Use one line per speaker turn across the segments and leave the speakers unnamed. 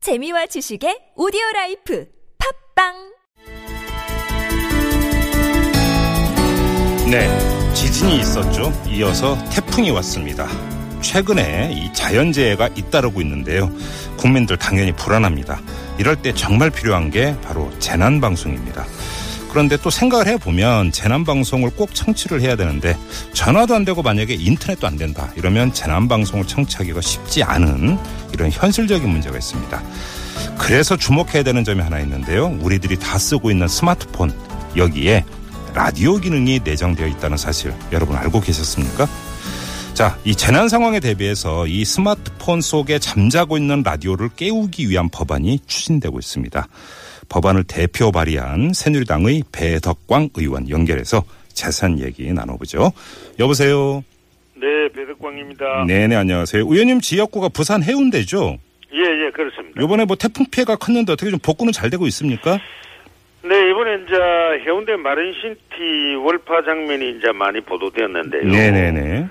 재미와 지식의 오디오 라이프 팝빵
네, 지진이 있었죠. 이어서 태풍이 왔습니다. 최근에 이 자연재해가 잇따르고 있는데요. 국민들 당연히 불안합니다. 이럴 때 정말 필요한 게 바로 재난방송입니다. 그런데 또 생각을 해보면 재난방송을 꼭 청취를 해야 되는데 전화도 안 되고 만약에 인터넷도 안 된다 이러면 재난방송을 청취하기가 쉽지 않은 이런 현실적인 문제가 있습니다. 그래서 주목해야 되는 점이 하나 있는데요. 우리들이 다 쓰고 있는 스마트폰 여기에 라디오 기능이 내장되어 있다는 사실 여러분 알고 계셨습니까? 자, 이 재난 상황에 대비해서 이 스마트폰 속에 잠자고 있는 라디오를 깨우기 위한 법안이 추진되고 있습니다. 법안을 대표 발의한 새누리당의 배덕광 의원 연결해서 재산 얘기 나눠보죠. 여보세요.
네, 배덕광입니다.
네네 안녕하세요. 의원님 지역구가 부산 해운대죠.
예, 예, 그렇습니다.
요번에 뭐 태풍 피해가 컸는데 어떻게 좀 복구는 잘 되고 있습니까?
네, 이번에 이제 해운대 마른신티 월파 장면이 이제 많이 보도되었는데요.
네네네.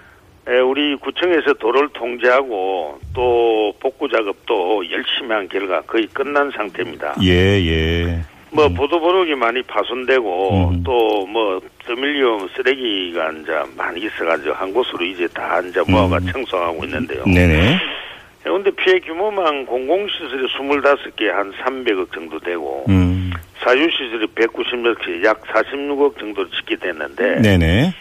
예, 우리 구청에서 도로를 통제하고 또 복구 작업도 열심히 한 결과 거의 끝난 상태입니다.
예 예.
뭐 보도보록이 많이 파손되고
음.
또 뭐 드밀리움 쓰레기가 이제 많이 있어가지고 한 곳으로 이제 다 이제 모아가
음.
청소하고 있는데요.
네네.
해운대 피해 규모만 공공시설이 25개 한 300억 정도 되고
음.
사유시설이 190억씩 약 46억 정도로 집계됐는데
네네.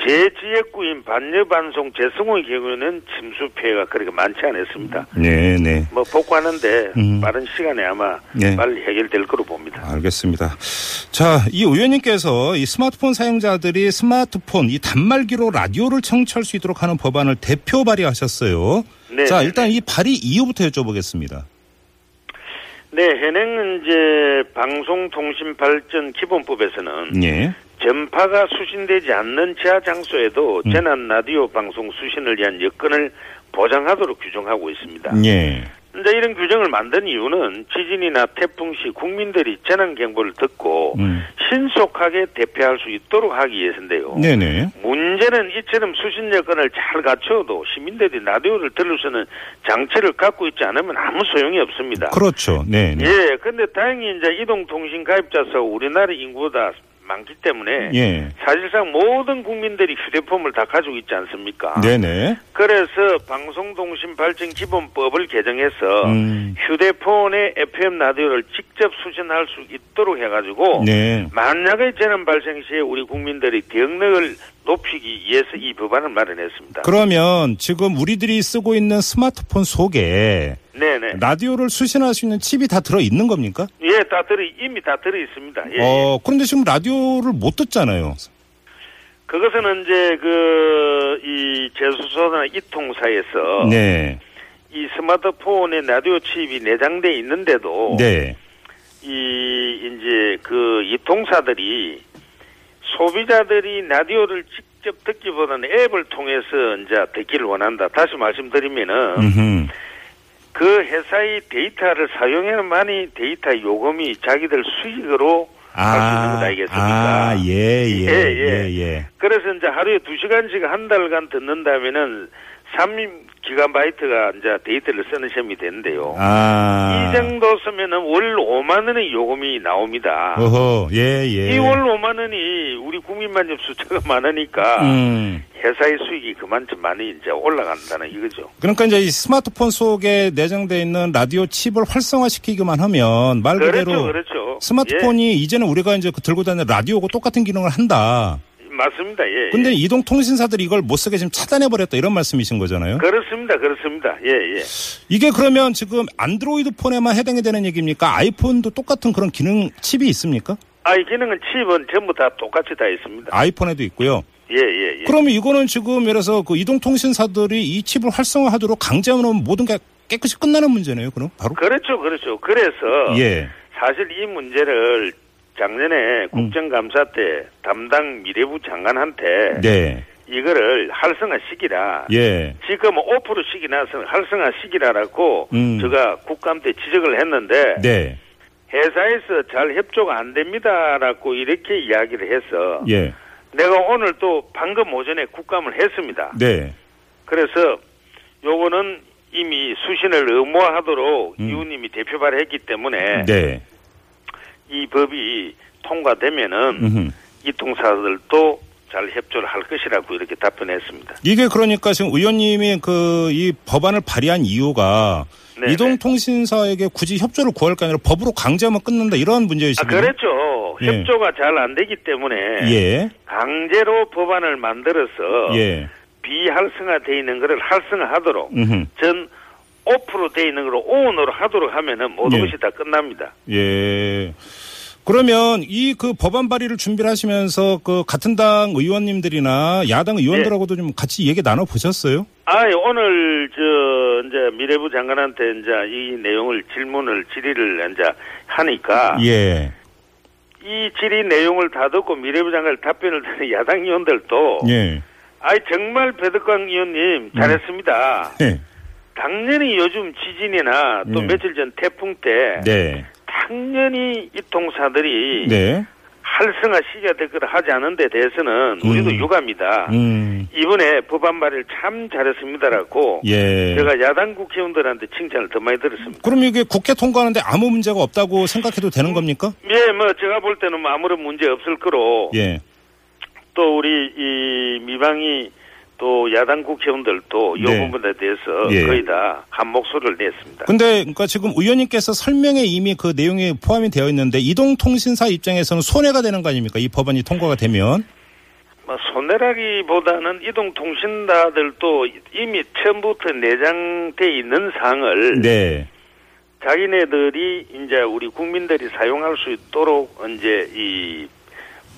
제 지역구인 반려반송 재승호의 경우에는 침수 피해가 그렇게 많지 않았습니다.
네네.
뭐 복구하는데
음.
빠른 시간에 아마
네.
빨리 해결될 거로 봅니다.
알겠습니다. 자, 이 의원님께서 이 스마트폰 사용자들이 스마트폰 이 단말기로 라디오를 청취할 수 있도록 하는 법안을 대표 발의하셨어요.
네.
자, 일단 이 발의 이유부터 여쭤보겠습니다.
네, 현행은 이제 방송통신발전 기본법에서는
예.
전파가 수신되지 않는 지하 장소에도
음.
재난 라디오 방송 수신을 위한 여건을 보장하도록 규정하고 있습니다.
예.
이제 이런 규정을 만든 이유는 지진이나 태풍 시 국민들이 재난 경보를 듣고
음.
신속하게 대피할 수 있도록 하기 위해서인데요.
네네.
문제는 이처럼 수신 여건을 잘 갖춰도 시민들이 라디오를 들을 수 있는 장치를 갖고 있지 않으면 아무 소용이 없습니다.
그렇죠. 네네.
예, 근데 다행히 이제 이동통신 가입자서 우리나라 인구보다 많기 때문에
예.
사실상 모든 국민들이 휴대폰을 다 가지고 있지 않습니까?
네네.
그래서 방송통신발전기본법을 개정해서
음.
휴대폰에 FM 라디오를 직접 수신할 수 있도록 해가지고
네.
만약에 재난 발생 시에 우리 국민들이 대응력을 높이기 위해서 이 법안을 마련했습니다.
그러면 지금 우리들이 쓰고 있는 스마트폰 속에
네네.
라디오를 수신할 수 있는 칩이 다 들어 있는 겁니까?
예, 다 들어 이미 다 들어 있습니다. 예.
어, 그런데 지금 라디오를 못 듣잖아요.
그것은 이제 그 이 제수소나 이통사에서
네.
이 스마트폰에 라디오 칩이 내장돼 있는데도
네.
이 이제 그 이통사들이 소비자들이 라디오를 직접 듣기보다는 앱을 통해서 이제 듣기를 원한다. 다시 말씀드리면은
음흠.
그 회사의 데이터를 사용해야만이 데이터 요금이 자기들 수익으로 할 수 있는 것 아니겠습니까?
아, 예, 예,
아. 예,
예,
예.
예.
그래서 이제 하루에 두 시간씩 한 달간 듣는다면은 3 기가바이트가 이제 데이터를 쓰는 셈이 되는데요.
아.
어. 이 정도 쓰면은 월 5만 원의 요금이 나옵니다.
어허, 예, 예.
이 월 5만 원이 우리 국민만 좀 숫자가 많으니까
음.
회사의 수익이 그만큼 많이 이제 올라간다는 이거죠.
그러니까 이제 이 스마트폰 속에 내장되어 있는 라디오 칩을 활성화시키기만 하면 말 그대로
그렇죠, 그렇죠.
스마트폰이 이제는 우리가 이제 그 들고 다니는 라디오하고 똑같은 기능을 한다.
예, 맞습니다. 예.
근데
예.
이동 통신사들이 이걸 못 쓰게 지금 차단해 버렸다 이런 말씀이신 거잖아요.
그렇습니다, 그렇습니다. 예, 예.
이게 그러면 지금 안드로이드 폰에만 해당이 되는 얘기입니까? 아이폰도 똑같은 그런 기능 칩이 있습니까?
아, 이 기능은 칩은 전부 다 똑같이 다 있습니다.
아이폰에도 있고요.
예, 예, 예.
그러면 이거는 지금 예를 들어서 그 이동통신사들이 이 칩을 활성화하도록 강제하면 모든 게 깨끗이 끝나는 문제네요. 그럼 바로
그렇죠, 그렇죠. 그래서
예.
사실 이 문제를 작년에
음.
국정감사 때 담당 미래부 장관한테
네.
이거를 활성화시키라.
예.
지금 5%씩이 나서 활성화시키라라고
음.
제가 국감 때 지적을 했는데
네.
회사에서 잘 협조가 안 됩니다라고 이렇게 이야기를 해서
예.
내가 오늘 또 방금 오전에 국감을 했습니다.
네.
그래서 요거는 이미 수신을 의무화하도록 이웃님이 대표 발의했기 때문에
음. 네.
이 법이 통과되면은
음흠.
이 통사들도 잘 협조를 할 것이라고 이렇게 답변했습니다.
이게 그러니까 지금 의원님이 그 이 법안을 발의한 이유가
네네.
이동통신사에게 굳이 협조를 구할 게 아니라 법으로 강제하면 끝난다 이런
아,
문제의식이
그랬죠.
예.
협조가 잘 안 되기 때문에
예.
강제로 법안을 만들어서
예.
비활성화돼 있는 것을 활성화하도록
음흠.
전 오프로 돼 있는 걸로 오온으로 하도록 하면은 모든
예.
것이 다 끝납니다.
예. 그러면 이 그 법안 발의를 준비를 하시면서 그 같은 당 의원님들이나
네.
야당 의원들하고도 좀 같이 얘기 나눠 보셨어요?
아, 예, 오늘 저 이제 미래부 장관한테 이제 이 내용을 질문을 질의를 이제 하니까
예.
이 질의 내용을 다 듣고 미래부 장관 답변을 듣는 야당 의원들도
예.
아이 정말 배덕광 의원님 잘했습니다.
네.
당연히 요즘 지진이나 또
네.
며칠 전 태풍 때
네.
당연히 이 통사들이
네.
활성화 시기가 될 거라 하지 않은 데 대해서는 우리도
음.
유감이다.
음.
이번에 법안 발의를 참 잘했습니다라고
예.
어. 제가 야당 국회의원들한테 칭찬을 더 많이 들었습니다.
그럼 이게 국회 통과하는데 아무 문제가 없다고 생각해도 되는 겁니까?
예, 뭐 제가 볼 때는 뭐 아무런 문제 없을 거로
예.
또 우리 이 미방이 또 야당 국회의원들도 이
네.
부분에 대해서
예.
거의 다 한 목소리를 냈습니다.
근데 그러니까 지금 의원님께서 설명에 이미 그 내용이 포함이 되어 있는데 이동통신사 입장에서는 손해가 되는 거 아닙니까? 이 법안이 통과가 되면.
뭐 손해라기보다는 이동통신사들도 이미 처음부터 내장돼 있는 사항을
네.
자기네들이 이제 우리 국민들이 사용할 수 있도록 이제 이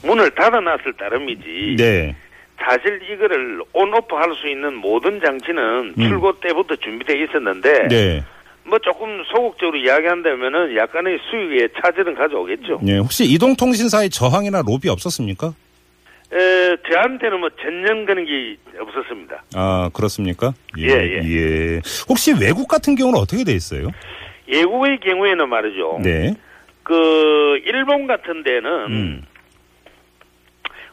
문을 닫아놨을 따름이지
네.
사실 이거를 온오프 할 수 있는 모든 장치는
음.
출고 때부터 준비되어 있었는데
네.
뭐 조금 소극적으로 이야기한다면은 약간의 수익에 차질은 가져오겠죠.
예, 혹시 이동통신사의 저항이나 로비 없었습니까?
에, 저한테는 뭐 전년 그런 게 없었습니다.
아, 그렇습니까?
예, 예.
예. 혹시 외국 같은 경우는 어떻게 돼 있어요?
예국의 경우에는 말이죠.
네.
그 일본 같은 데는
음.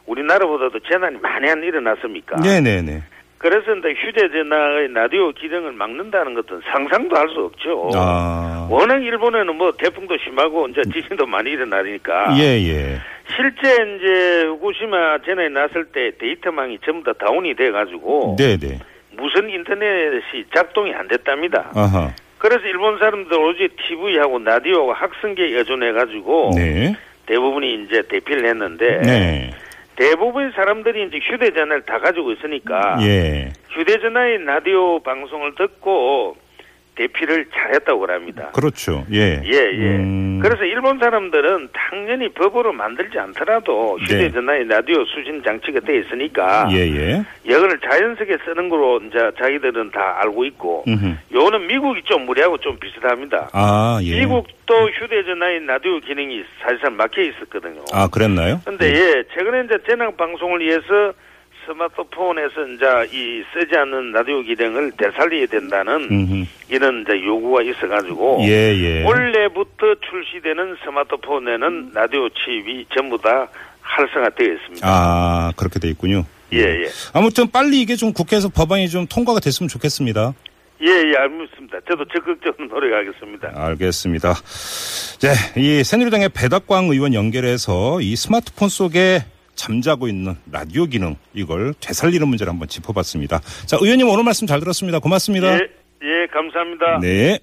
우리나라보다도 재난이 많이 안 일어났습니까?
네네네.
그래서 이제 휴대전화의 라디오 기능을 막는다는 것은 상상도 할 수 없죠.
아.
워낙 일본에는 뭐 태풍도 심하고 이제 지진도 많이 일어나니까
예, 예.
실제 이제 후쿠시마 재난이 났을 때 데이터망이 전부 다 다운이 돼 가지고
네네.
무슨 인터넷이 작동이 안 됐답니다.
아하.
그래서 일본 사람들 오직 TV하고 라디오하고 학생계에 의존해 가지고
네.
대부분이 이제 대피를 했는데
네.
대부분 사람들이 이제 휴대전화를 다 가지고 있으니까
예.
휴대전화의 라디오 방송을 듣고 대피를 잘했다고 합니다.
그렇죠. 예.
예, 예.
음,
그래서 일본 사람들은 당연히 법으로 만들지 않더라도 휴대전화의 라디오 수신 장치가 돼 있으니까
네. 예, 예.
이거를 자연스럽게 쓰는 거로 이제 자기들은 다 알고 있고
음흠.
요거는 미국이 좀 무리하고 좀 비슷합니다.
아, 예.
미국도 휴대전화의 라디오 기능이 사실상 막혀 있었거든요.
아, 그랬나요?
근데 예, 최근에 이제 재난 방송을 위해서 스마트폰에서 이제 이 쓰지 않는 라디오 기능을 되살려야 된다는
음흠.
이런 이제 요구가 있어가지고
예, 예.
올해부터 출시되는 스마트폰에는 라디오 칩이 전부 다 활성화되어 있습니다.
아, 그렇게 돼 있군요.
예, 예.
아무튼 빨리 이게 좀 국회에서 법안이 좀 통과가 됐으면 좋겠습니다.
예, 예, 알겠습니다. 저도 적극적으로 노력하겠습니다.
아, 알겠습니다. 네, 이 새누리당의 배덕광 의원 연결해서 이 스마트폰 속에 잠자고 있는 라디오 기능 이걸 되살리는 문제를 한번 짚어봤습니다. 자, 의원님 오늘 말씀 잘 들었습니다. 고맙습니다.
예, 예, 감사합니다.
네.